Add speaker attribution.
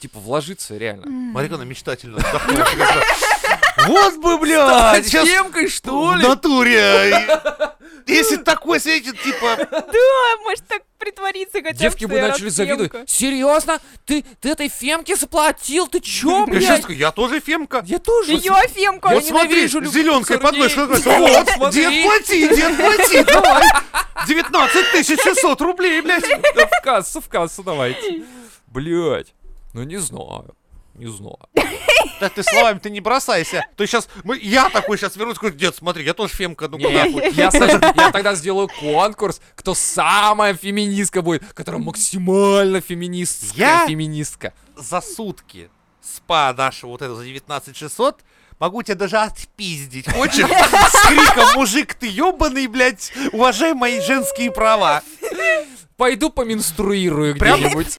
Speaker 1: типа вложиться реально.
Speaker 2: Марикона мечтательно вздохнула. Вот бы, блядь,
Speaker 1: Стать
Speaker 2: сейчас
Speaker 1: Емкой, что
Speaker 2: в
Speaker 1: ли?
Speaker 2: натуре. и- Если такой светит, типа,
Speaker 3: Да, может так притвориться хотя бы.
Speaker 1: Девки
Speaker 3: что
Speaker 1: бы
Speaker 3: я
Speaker 1: начали
Speaker 3: рад
Speaker 1: завидовать.
Speaker 3: съемка.
Speaker 1: Серьезно? Ты, ты этой фемке заплатил? Ты чё,
Speaker 2: я сейчас
Speaker 1: блядь?
Speaker 2: такой, я тоже фемка.
Speaker 1: Я тоже.
Speaker 3: Ее Фемка.
Speaker 1: Я
Speaker 2: Вот смотри,
Speaker 1: ненавижу любых
Speaker 2: зеленкой под мышкой.
Speaker 1: парней.
Speaker 2: Вот,
Speaker 1: Вот,
Speaker 2: дед,
Speaker 1: смотри.
Speaker 2: плати, дед, плати, давай. 19 600 рублей, блядь.
Speaker 1: Да в кассу, в кассу давайте. Блять. Ну не знаю. Не знаю.
Speaker 2: Да ты словами ты не бросайся. То сейчас мы, я такой сейчас вернусь, говорю, дед, смотри, я тоже фемка, ну ну-ка нахуй.
Speaker 1: Нет, я, саж- я тогда сделаю конкурс, кто самая феминистка будет, которая максимально феминистская
Speaker 2: Я?
Speaker 1: феминистка.
Speaker 2: За сутки спа нашего вот это за 19 600 Могу тебя даже отпиздить, хочешь? С криком, мужик, ты ебаный, блядь, уважай мои женские права.
Speaker 1: Пойду поменструирую
Speaker 2: Прям-
Speaker 1: где-нибудь.